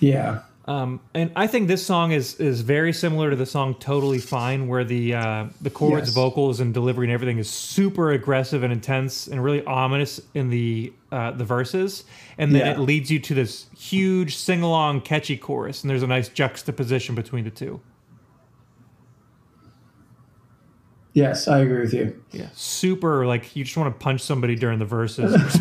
Yeah, Um, and I think this song is is very similar to the song "Totally Fine," where the uh, the chords, Yes. vocals, and delivery and everything is super aggressive and intense and really ominous in the uh, the verses, and then Yeah. it leads you to this huge sing along, catchy chorus, and there's a nice juxtaposition between the two. yes, I agree with you. Yeah, super like you just want to punch somebody during the verses.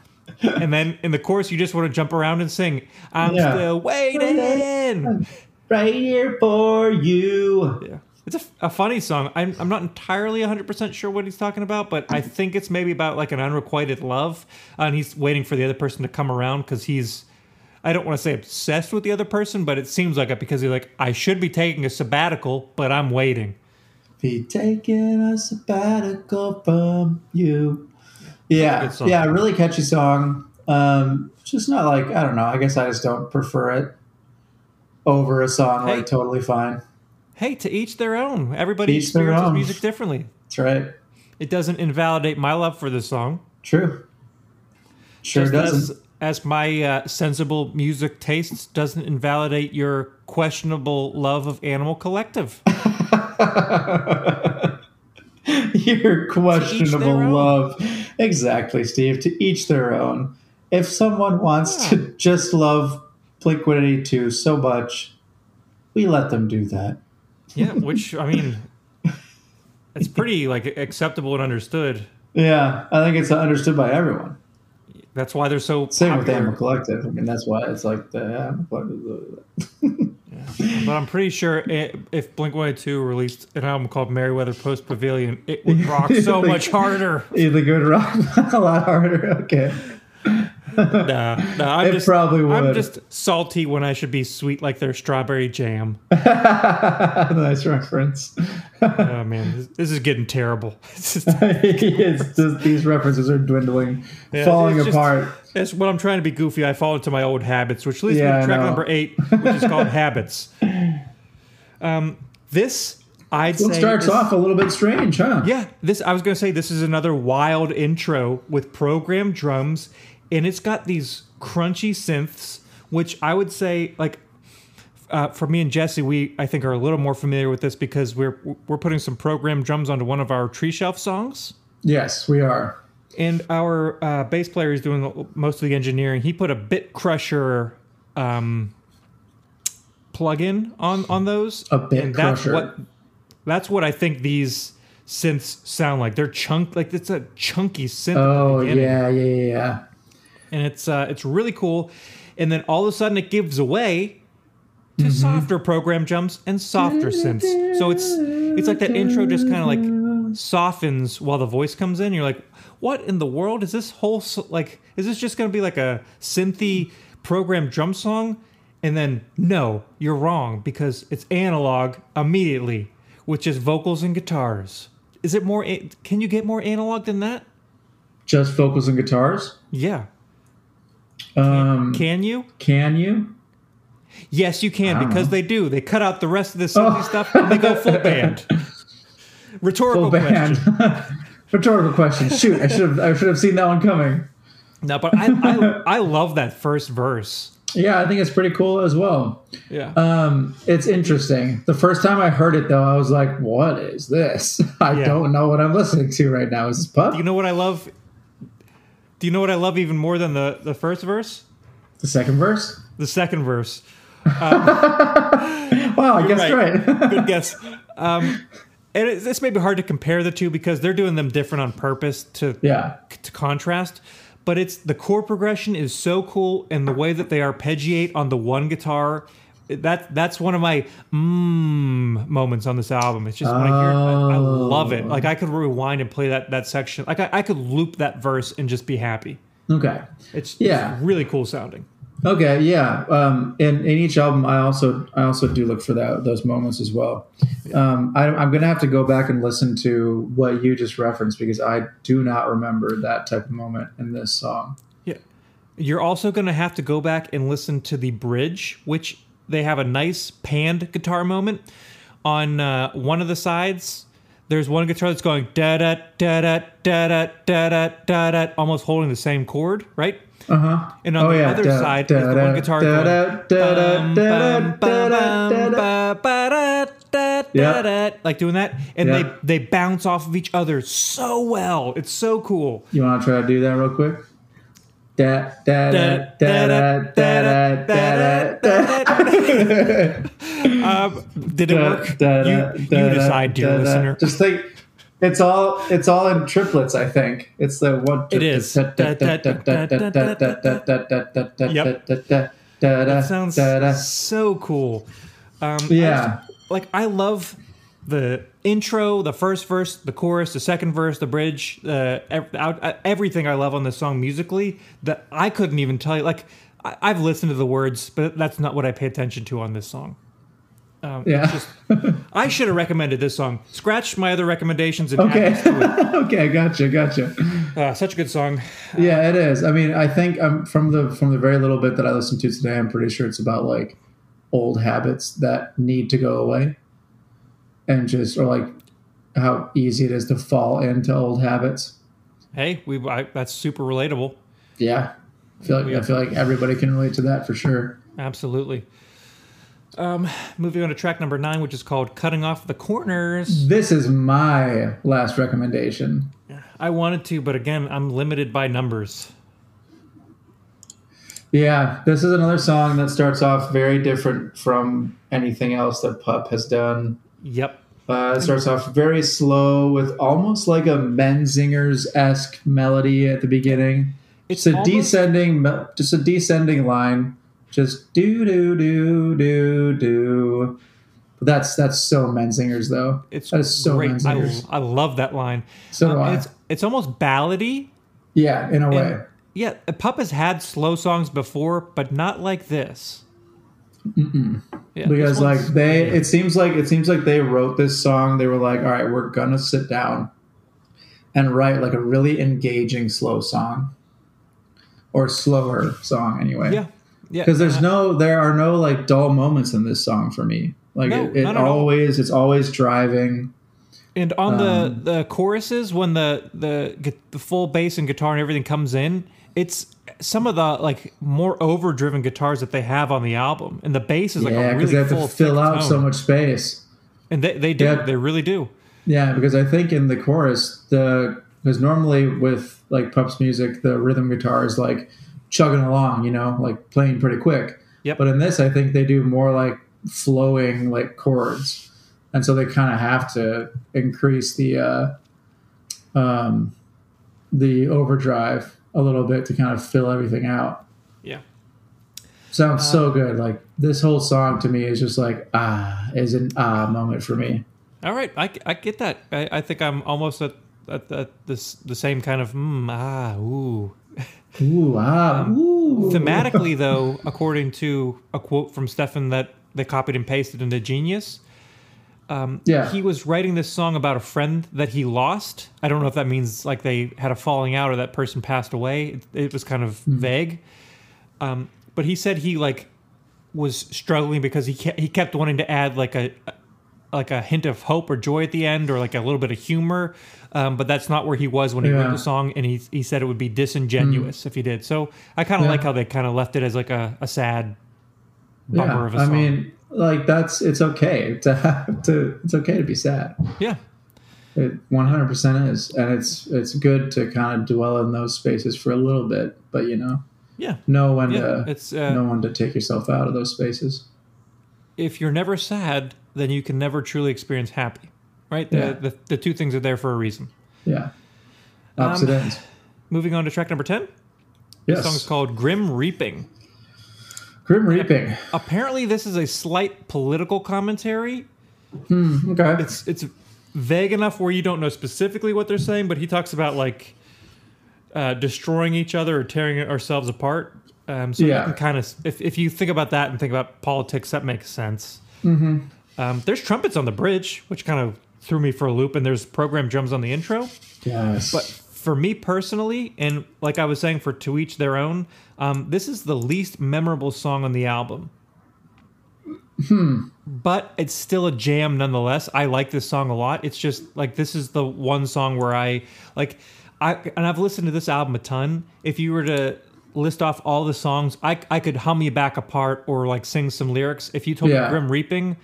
And then in the chorus, you just want to jump around and sing. I'm Yeah. still waiting. Right here for you. Yeah. It's a, f- a funny song. I'm, I'm not entirely 100% sure what he's talking about, but I think it's maybe about like an unrequited love. uh, And he's waiting for the other person to come around because he's, I don't want to say obsessed with the other person, but it seems like it because he's like, I should be taking a sabbatical, but I'm waiting. be taking a sabbatical from you. Yeah, good song. yeah, really catchy song. Um, just not like I don't know. I guess I just don't prefer it over a song Hey. like "Totally Fine." Hey, to each their own. Everybody Each their experiences own. music differently. That's right. It doesn't invalidate my love for this song. True. Sure Just doesn't. As, as my uh, sensible music tastes doesn't invalidate your questionable love of Animal Collective. Your questionable own. love. Exactly, Steve. To each their own. If someone wants to just love Blink One Eighty Two so much, we let them do that. Yeah, which I mean, it's pretty like acceptable and understood. Yeah, I think it's understood by everyone. That's why they're so Same with popular. Animal Collective. I mean, that's why it's like the Animal Collective. But I'm pretty sure i if Blink 182 released an album called Merryweather Post Pavilion, it would rock so Like- much harder. Either good rock a lot harder. Okay. Nah, nah, I'm It just, probably I'm would. just salty when I should be sweet like their strawberry jam. nice reference. oh man, this, this is getting terrible. It's, just, it's just these references are dwindling, yeah, falling it's just- apart. That's what I'm trying to be goofy. I fall into my old habits, which leads me Yeah, to I track know. number eight, which is called Habits. Um, This I'd Well, it say starts is- off a little bit strange, huh? Yeah, this I was gonna say this is another wild intro with programmed drums, and it's got these crunchy synths, which I would say like uh, for me and Jesse, we I think are a little more familiar with this because we're we're putting some programmed drums onto one of our tree shelf songs. Yes, we are. And our uh, bass player is doing the, most of the engineering. He put a bit crusher um, plug-in on on those. A Bit and that's Crusher. What, that's what I think these synths sound like. They're chunk like it's a chunky synth. at the Oh beginning. yeah, yeah, yeah, yeah. And it's uh, it's really cool. And then all of a sudden it gives away to softer program jumps and softer synths. So it's it's like that intro just kind of like softens while the voice comes in. You're like, what in the world is this whole s- like? Is this just going to be like a synthy program drum song? And then no, you're wrong because it's analog immediately, which is vocals and guitars. Is it more? a- Can you get more analog than that? Just vocals and guitars. Yeah. Um, Can you? can you? Yes, you can don't because know. they Oh. do. They cut out the rest of this Sunday stuff and they go full band. Rhetorical Full question. band. Oh, Rhetorical question. Shoot, I should have. I should have seen that one coming. No, but I, I I love that first verse. Yeah, I think it's pretty cool as well. Yeah. Um, it's interesting. The first time I heard it, though, I was like, "What is this? I Yeah. don't know what I'm listening to right now. Is this pop? you know what I love? Do you know what I love even more than the the first verse? the second verse? The second verse. Wow, I guess right. right. Good guess. Um, and it, this may be hard to compare the two because they're doing them different on purpose to yeah, to contrast. But it's the chord progression is so cool, and the way that they arpeggiate on the one guitar, that that's one of my mmm moments on this album. It's just when I hear it, I, I love it. Like I could rewind and play that that section. Like I, I could loop that verse and just be happy. okay, It's it's Yeah. really cool sounding. okay, yeah. Um, in in each album, I also I also do look for that those moments as well. Um, I, I'm gonna have to go back and listen to what you just referenced because I do not remember that type of moment in this song. Yeah. You're also going to have to go back and listen to the bridge, which they have a nice panned guitar moment on uh, one of the sides. There's one guitar that's going da da da da da da da da da da, almost holding the same chord, right? Uh huh. And on the other side is the one guitar going bum, bum, bum, bum, ba, da, da, da, Yeah. da, like doing that, and Yeah. they they bounce off of each other so well. It's so cool. You want to try to do that real quick? Da da da da da da da da da. Um, did it work? you, you decide, dear listener. Just think, it's all it's all in triplets. I think it's the one. It is. That That sounds so cool. Um, I Yeah. just- like I love the intro, the first verse, the chorus, the second verse, the bridge, uh, ev- out- uh, everything I love on this song musically that I couldn't even tell you. Like I- I've listened to the words, but that's not what I pay attention to on this song. Yeah. I should have recommended this song. Scratch my other recommendations and Okay. add this to Okay. Gotcha. Gotcha. it. Uh, such a good song. Yeah, it is. I mean, I think um, from the from the very little bit that I listened to today, I'm pretty sure it's about like old habits that need to go away, and just or like how easy it is to fall into old habits. Hey, we I, that's super relatable. Yeah, I feel like I feel like everybody can relate to that for sure. Absolutely. Um, moving on to track number nine, which is called "Cutting Off the Corners." This is my last recommendation. I wanted to, but again, I'm limited by numbers. Yeah, this is another song that starts off very different from anything else that Pup has done Yep. Uh, it starts off very slow with almost like a Menzingers esque melody at the beginning. It's It's a almost- descending, me- just a descending line, just do do do do do. But that's that's so Menzingers though. It's that is so great. I, Menzingers. I love that line. So do I. It's it's almost ballady. yeah, in a way. Yeah, Pup has had slow songs before, but not like this. Mm-mm. Yeah, this because like one's- they it seems like it seems like they wrote this song they were like all right we're gonna sit down and write like a really engaging slow song or slower song anyway yeah, Uh, yeah, because there's no there are no like dull moments in this song for me Like No, it, it not at all. always, it's always driving. And on Um, the the choruses, when the, the gu- the full bass and guitar and everything comes in, it's some of the like more overdriven guitars that they have on the album, and the bass is like yeah, a because really they full, have to fill thick out tone. so much space. And they they do, Yeah. they really do. Yeah, because I think in the chorus, the because normally with like Pup's music, the rhythm guitar is like chugging along, you know, like playing pretty quick. Yep. But in this, I think they do more like flowing like chords, and so they kind of have to increase the uh, um, the overdrive a little bit to kind of fill everything out. Yeah. Sounds Uh. so good. Like this whole song to me is just like ah is an ah moment for me. All right, I, I get that. I, I think I'm almost at at, at this the same kind of mm, ah ooh. Ooh ah Um, ooh. Thematically, though, according to a quote from Stefan that they copied and pasted into Genius, yeah. he was writing this song about a friend that he lost. I don't know if that means like they had a falling out or that person passed away. It, it was kind of Mm-hmm. vague. Um, but he said he like was struggling because he kept, he kept wanting to add like a like a hint of hope or joy at the end or like a little bit of humor. Um, but that's not where he was when he wrote Yeah. Mm. the song, and he he said it would be disingenuous if he did. So I kind of Yeah. like how they kind of left it as like a, a sad bummer of a I song. mean, like that's it's okay to have to it's okay to be sad. yeah. It one hundred percent is, and it's it's good to kind of dwell in those spaces for a little bit, but you know, Yeah, know when yeah. to it's uh, know when to take yourself out of those spaces. if you're never sad, then you can never truly experience happy, right? The, Yeah. the, the two things are there for a reason. Yeah, Um, opposite ends. Moving on to track number 10. Yes, This song's called Grim Reaping. Grim Reaping. Apparently, this is a slight political commentary. Okay, It's, it's vague enough where you don't know specifically what they're saying, but he talks about like uh, destroying each other or tearing ourselves apart. Um, so Yeah. you can kind of, if, if you think about that and think about politics, that makes sense. Mm-hmm. Um, there's trumpets on the bridge, which kind of threw me for a loop, and there's programmed drums on the intro. yes, But for me personally, and like I was saying, for to each their own, um, this is the least memorable song on the album. Hmm. But it's still a jam nonetheless. I like this song a lot. It's just like this is the one song where I like I and I've listened to this album a ton. If you were to list off all the songs, I I could hum you back apart or like sing some lyrics. If you told Yeah. me Grim Reaping,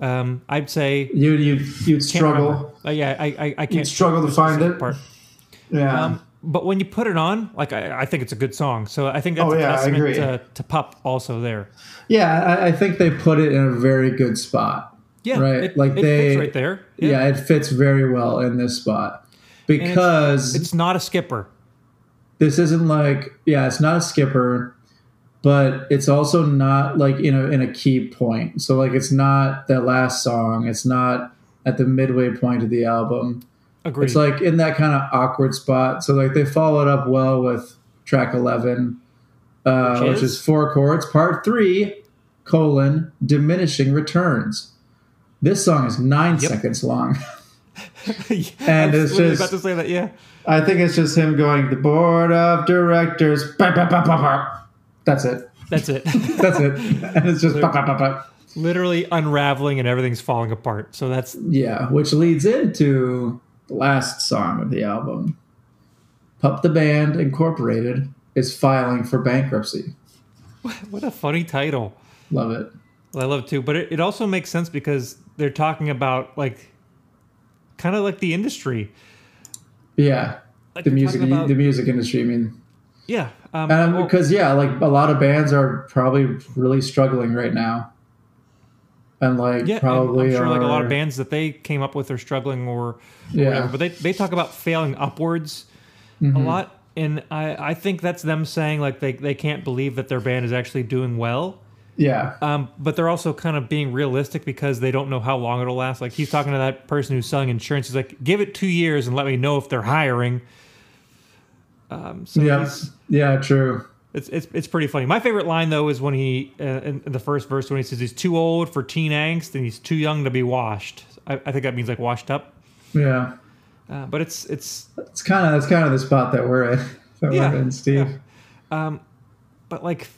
um, I'd say you you you'd can't remember. struggle. Uh, yeah, I I, I You'd can't struggle to find it. part. Yeah, Um, but when you put it on, like I, I think it's a good song. So I think that's Oh, yeah, I a testament agree. to, to Pup also there. yeah. I, I think they put it in a very good spot. Yeah, Right, It, like it they- fits right there. Yeah, yeah, it fits very well in this spot it's- because it's not a skipper. this isn't like yeah it's not a skipper but it's also not like you know in a key point so like it's not that last song it's not at the midway point of the album Agreed. it's like in that kind of awkward spot so like they follow it up well with track 11 uh, Which which, is? is? four chords part three colon diminishing returns this song is nine Yep. seconds long I was it's literally just- about to say that. Yeah, I think it's just him going, the board of directors. bah, bah, bah, bah, bah." That's it. that's it. That's it. and it's just. bah, bah, bah, bah. literally unraveling and everything's falling apart. So that's Yeah, which leads into the last song of the album. Pup the Band Incorporated is filing for bankruptcy. what a funny title. Love it. Well, I love it too, but it, it also makes sense because they're talking about like kind of like the industry. Yeah. Like The they're music, talking about- the music industry. I mean, yeah, um, and well- because yeah, like a lot of bands are probably really struggling right now, and like Yeah, and probably I'm sure like a lot are- of bands that they came up with are struggling or, or Yeah. Mm-hmm. whatever. But they, they talk about failing upwards a lot, and I, I think that's them saying like they, they can't believe that their band is actually doing well. Yeah, Um, but they're also kind of being realistic because they don't know how long it'll last. Like he's talking to that person who's selling insurance. He's like, give it two years and let me know if they're hiring. Um, so yeah, he's- yeah. True. it's, it's it's pretty funny. My favorite line though is when he uh, in, in the first verse when he says he's too old for teen angst and he's too young to be washed. I, I think that means like washed up. Yeah. Uh, but it's it's It's kind of that's kind of the spot that we're in. That Yeah, we're in, Steve. yeah. um, but like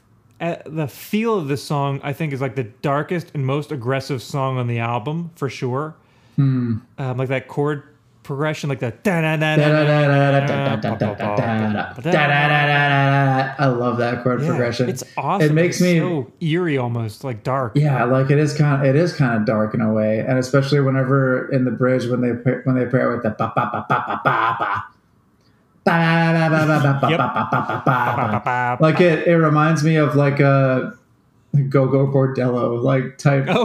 uh, the feel of this song, I think, is like the darkest and most aggressive song on the album for sure. Hmm. Um, like that chord progression, like that. I love that chord Yeah, progression. It's awesome. It makes It's me so eerie, almost like dark. yeah, like it is kind of it is kind of dark in a way, and especially whenever in the bridge when they pa- when they pair it with the ba ba ba ba ba ba ba. Ba, ba, ba, ba, ba, ba, Yep. ba, ba, ba, ba, ba. Ba-ba-ba-ba. Like it, it reminds me of like a go-go bordello like type Oh.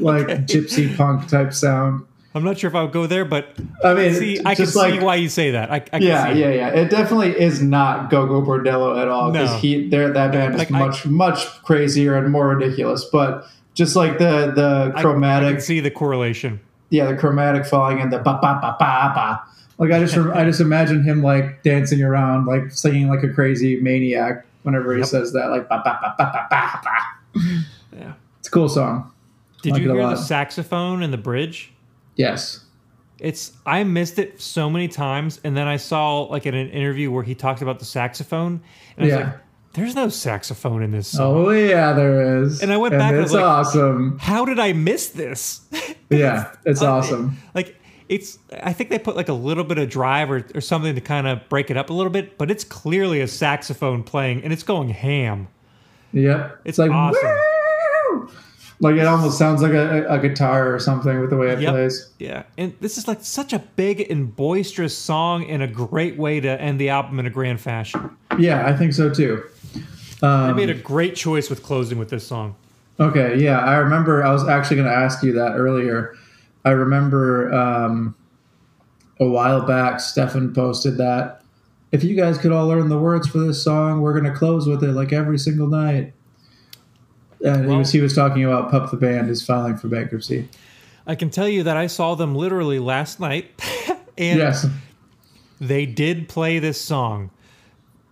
like gypsy punk type sound. I'm not sure if I would go there, but I mean, see, it's I can just like see why you say that. I, I can yeah, see it. yeah, yeah. It definitely is not Go-Go Bordello at all because No. he there that band Like, is I- much much crazier and more ridiculous. But just like the the I- I chromatic, can see the correlation. yeah, the chromatic falling in the ba ba ba ba ba. Like I just rem- I just imagine him like dancing around, like singing like a crazy maniac whenever he Yep. says that, like ba ba ba ba ba ba ba. Yeah. It's a cool song. Did Like you it a hear the lot. saxophone in the bridge? Yes. It's I missed it so many times, and then I saw like in an interview where he talked about the saxophone, and I Yeah. was like, "There's no saxophone in this song. Oh yeah, there is. And I went back and I It's was like- awesome. How did I miss this?" Yeah, it's Uh, awesome. Like it's I think they put like a little bit of drive or, or something to kind of break it up a little bit, but it's clearly a saxophone playing and it's going ham. Yep. It's awesome. "Woo!" Like it almost sounds like a, a guitar or something with the way it Yep. plays. Yeah. And this is like such a big and boisterous song and a great way to end the album in a grand fashion. Yeah, I think so too. Um, I made a great choice with closing with this song. Okay, yeah, I remember. I was actually going to ask you that earlier. I remember um, a while back, Stefan posted that if you guys could all learn the words for this song, we're going to close with it like every single night. And he Well- was he was talking about Pup the band is filing for bankruptcy. I can tell you that I saw them literally last night and Yes, they did play this song.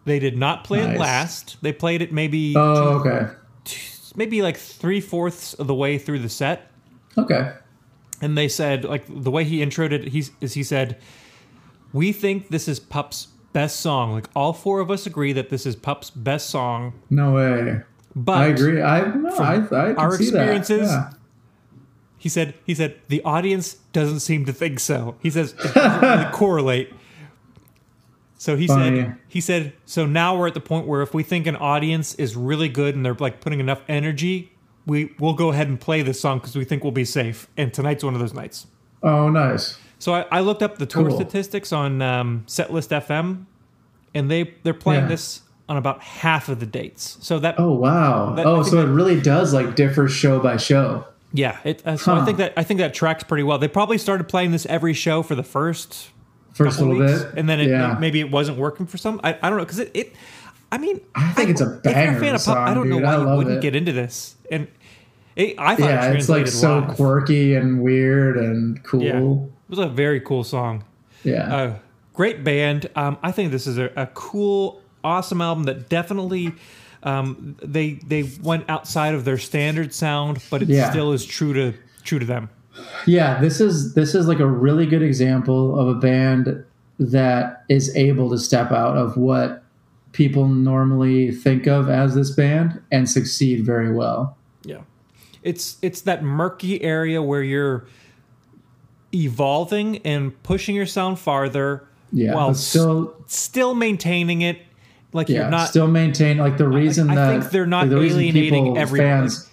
They did not play it Nice. last. They played it maybe Oh, okay. maybe like three fourths of the way through the set, Okay. and they said like the way he introed it, he is he said, "We think this is Pup's best song. Like all four of us agree that this is Pup's best song, No way. but I agree. I no, I, I can our see that. experiences- Yeah. He said, he said, the audience doesn't seem to think so. He says, it doesn't really correlate. So he Funny. said, he said, so now we're at the point where if we think an audience is really good and they're like putting enough energy, we will go ahead and play this song because we think we'll be safe. And tonight's one of those nights. Oh, nice. So I, I looked up the tour Cool. statistics on um, Setlist FM, and they they're playing Yeah. this on about half of the dates. So that Oh, wow. That- I oh, think so it that- really does like differ show by show. yeah, it, uh, so I Huh. think that I think that tracks pretty well. They probably started playing this every show for the first First little weeks, bit, and then it, yeah. maybe it wasn't working for some. I, I don't know because it, it. I mean, I think it's a If banger you're a fan of pop, song, I don't dude. know why I you love wouldn't it. get into this. And it, I thought yeah, it it's like translated so live. quirky and weird and Yeah, cool. it was a very cool song. Yeah, Uh, great band. Um, I think this is a, a cool, awesome album that definitely um, they they went outside of their standard sound, but it Yeah. still is true to true to them. yeah. This is this is like a really good example of a band that is able to step out of what people normally think of as this band and succeed very well. Yeah. It's it's that murky area where you're evolving and pushing your sound farther Yeah, while but still, s- still maintaining it like yeah, you're not still maintain like the reason I that think they're not like, the reason alienating people, everyone. Fans,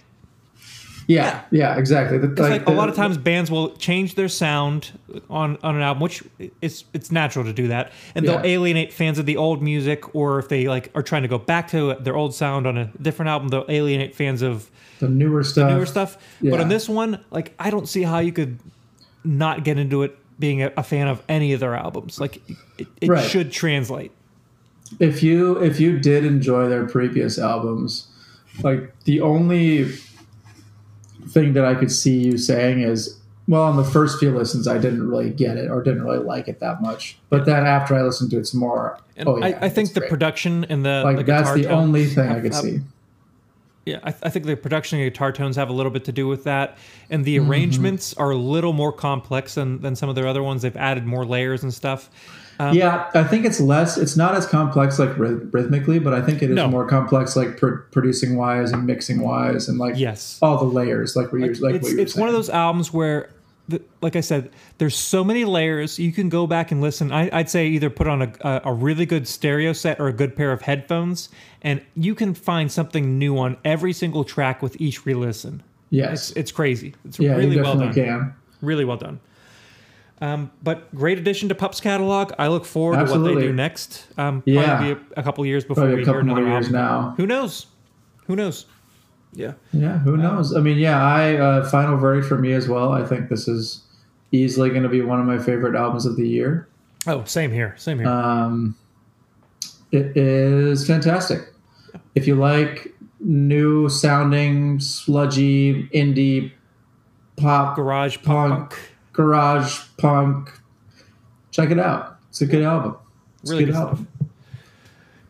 yeah, yeah, exactly. The- it's like, a the- lot of times bands will change their sound on, on an album, which it's it's natural to do that, and Yeah. they'll alienate fans of the old music, or if they like are trying to go back to their old sound on a different album, they'll alienate fans of the newer stuff, newer stuff. But yeah. on this one, like I don't see how you could not get into it being a, a fan of any of their albums. Like it, it Right. should translate. if you if you did enjoy their previous albums like the only thing that i could see you saying is well on the first few listens i didn't really get it or didn't really like it that much but then after i listened to it some more And oh yeah I, I it's think the great. production and the like the that's guitar the tone- only thing i have- could have- see Yeah, I, I think the production and guitar tones have a little bit to do with that, and the Mm-hmm. arrangements are a little more complex than than some of their other ones. They've added more layers and stuff. yeah, I think it's less. It's not as complex like ryth- rhythmically, but I think it is No. more complex like pr- producing wise and mixing wise and like Yes. all the layers like we like, like it's what you were it's one of saying. those albums where, the, like I said, there's so many layers. You can go back and listen. I, I'd say either put on a, a, a really good stereo set or a good pair of headphones, and you can find something new on every single track with each re-listen. yes It's crazy. It's yeah really you well definitely done. can Really well done. Um, but great addition to Pup's catalog. I look forward to what they Absolutely. do next. Um, Yeah. probably be a, a couple years before probably we a hear couple another more years album. now. Who knows? Who knows? Yeah. Yeah, who knows? I mean, yeah, I uh, final verdict for me as well. I think this is easily going to be one of my favorite albums of the year. Oh, same here. Same here. Um, it is fantastic. If you like new sounding, sludgy indie pop, Garage punk. punk. garage punk, check it out. It's a good album. It's Really a good, good stuff. album.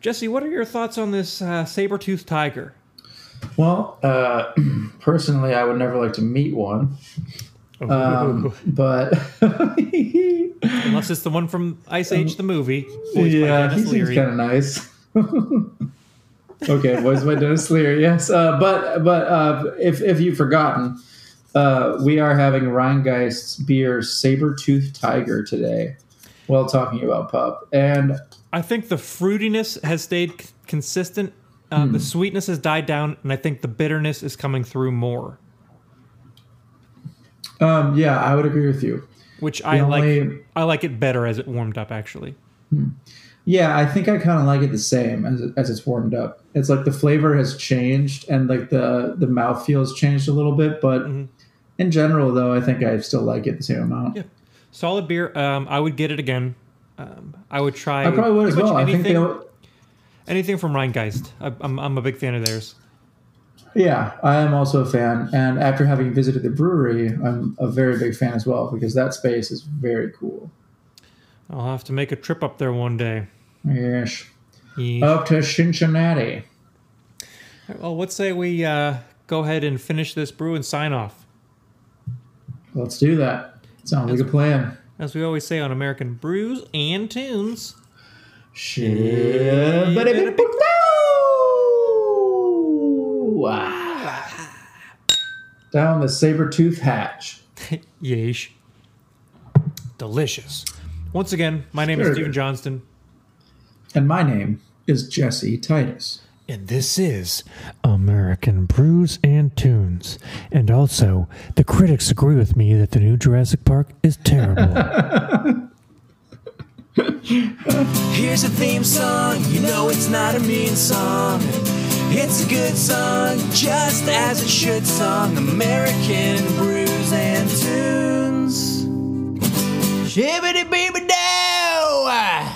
Jesse, what are your thoughts on this uh, saber-toothed tiger? Well, uh, personally, I would never like to meet one, um, but Unless it's the one from Ice Age, the movie. voiced by yeah, he Dennis seems Leary. kind of nice. okay, voice by Dennis Leary. Yes, uh, but but uh, if if you've forgotten, uh, we are having Rheingeist's beer Saber Tooth Tiger today. While talking about pup, and I think the fruitiness has stayed c- consistent. Uh, Hmm. The sweetness has died down, and I think the bitterness is coming through more, um, yeah, I would agree with you. which I The like. only- I like it better as it warmed up. Actually, Yeah, I think I kind of like it the same as, as it's warmed up. It's like the flavor has changed and like the the mouthfeel has changed a little bit, but in general, though, I think I still like it the same amount. Mm-hmm. yeah, solid beer. Um, I would get it again. Um, I would try. I probably would as pretty much well. I think Anything, they don't- anything from Rheingeist. I, I'm, I'm a big fan of theirs. Yeah, I am also a fan, and after having visited the brewery, I'm a very big fan as well because that space is very cool. I'll have to make a trip up there one day. Yes, Yeah. up to Cincinnati. Well, what say we uh, go ahead and finish this brew and sign off? Let's do that. Sounds like a plan. As we always say on American Brews and Tunes. Shit. Down the saber tooth hatch. Yeesh. Delicious. Once again, my name is Sure. Stephen Johnston, And my name is Jesse Titus. and this is American Brews and Tunes. And also, the critics agree with me that the new Jurassic Park is terrible. Here's a theme song, you know it's not a mean song. It's a good song, just as it should song. American brews and tunes. Shibbity baby dow!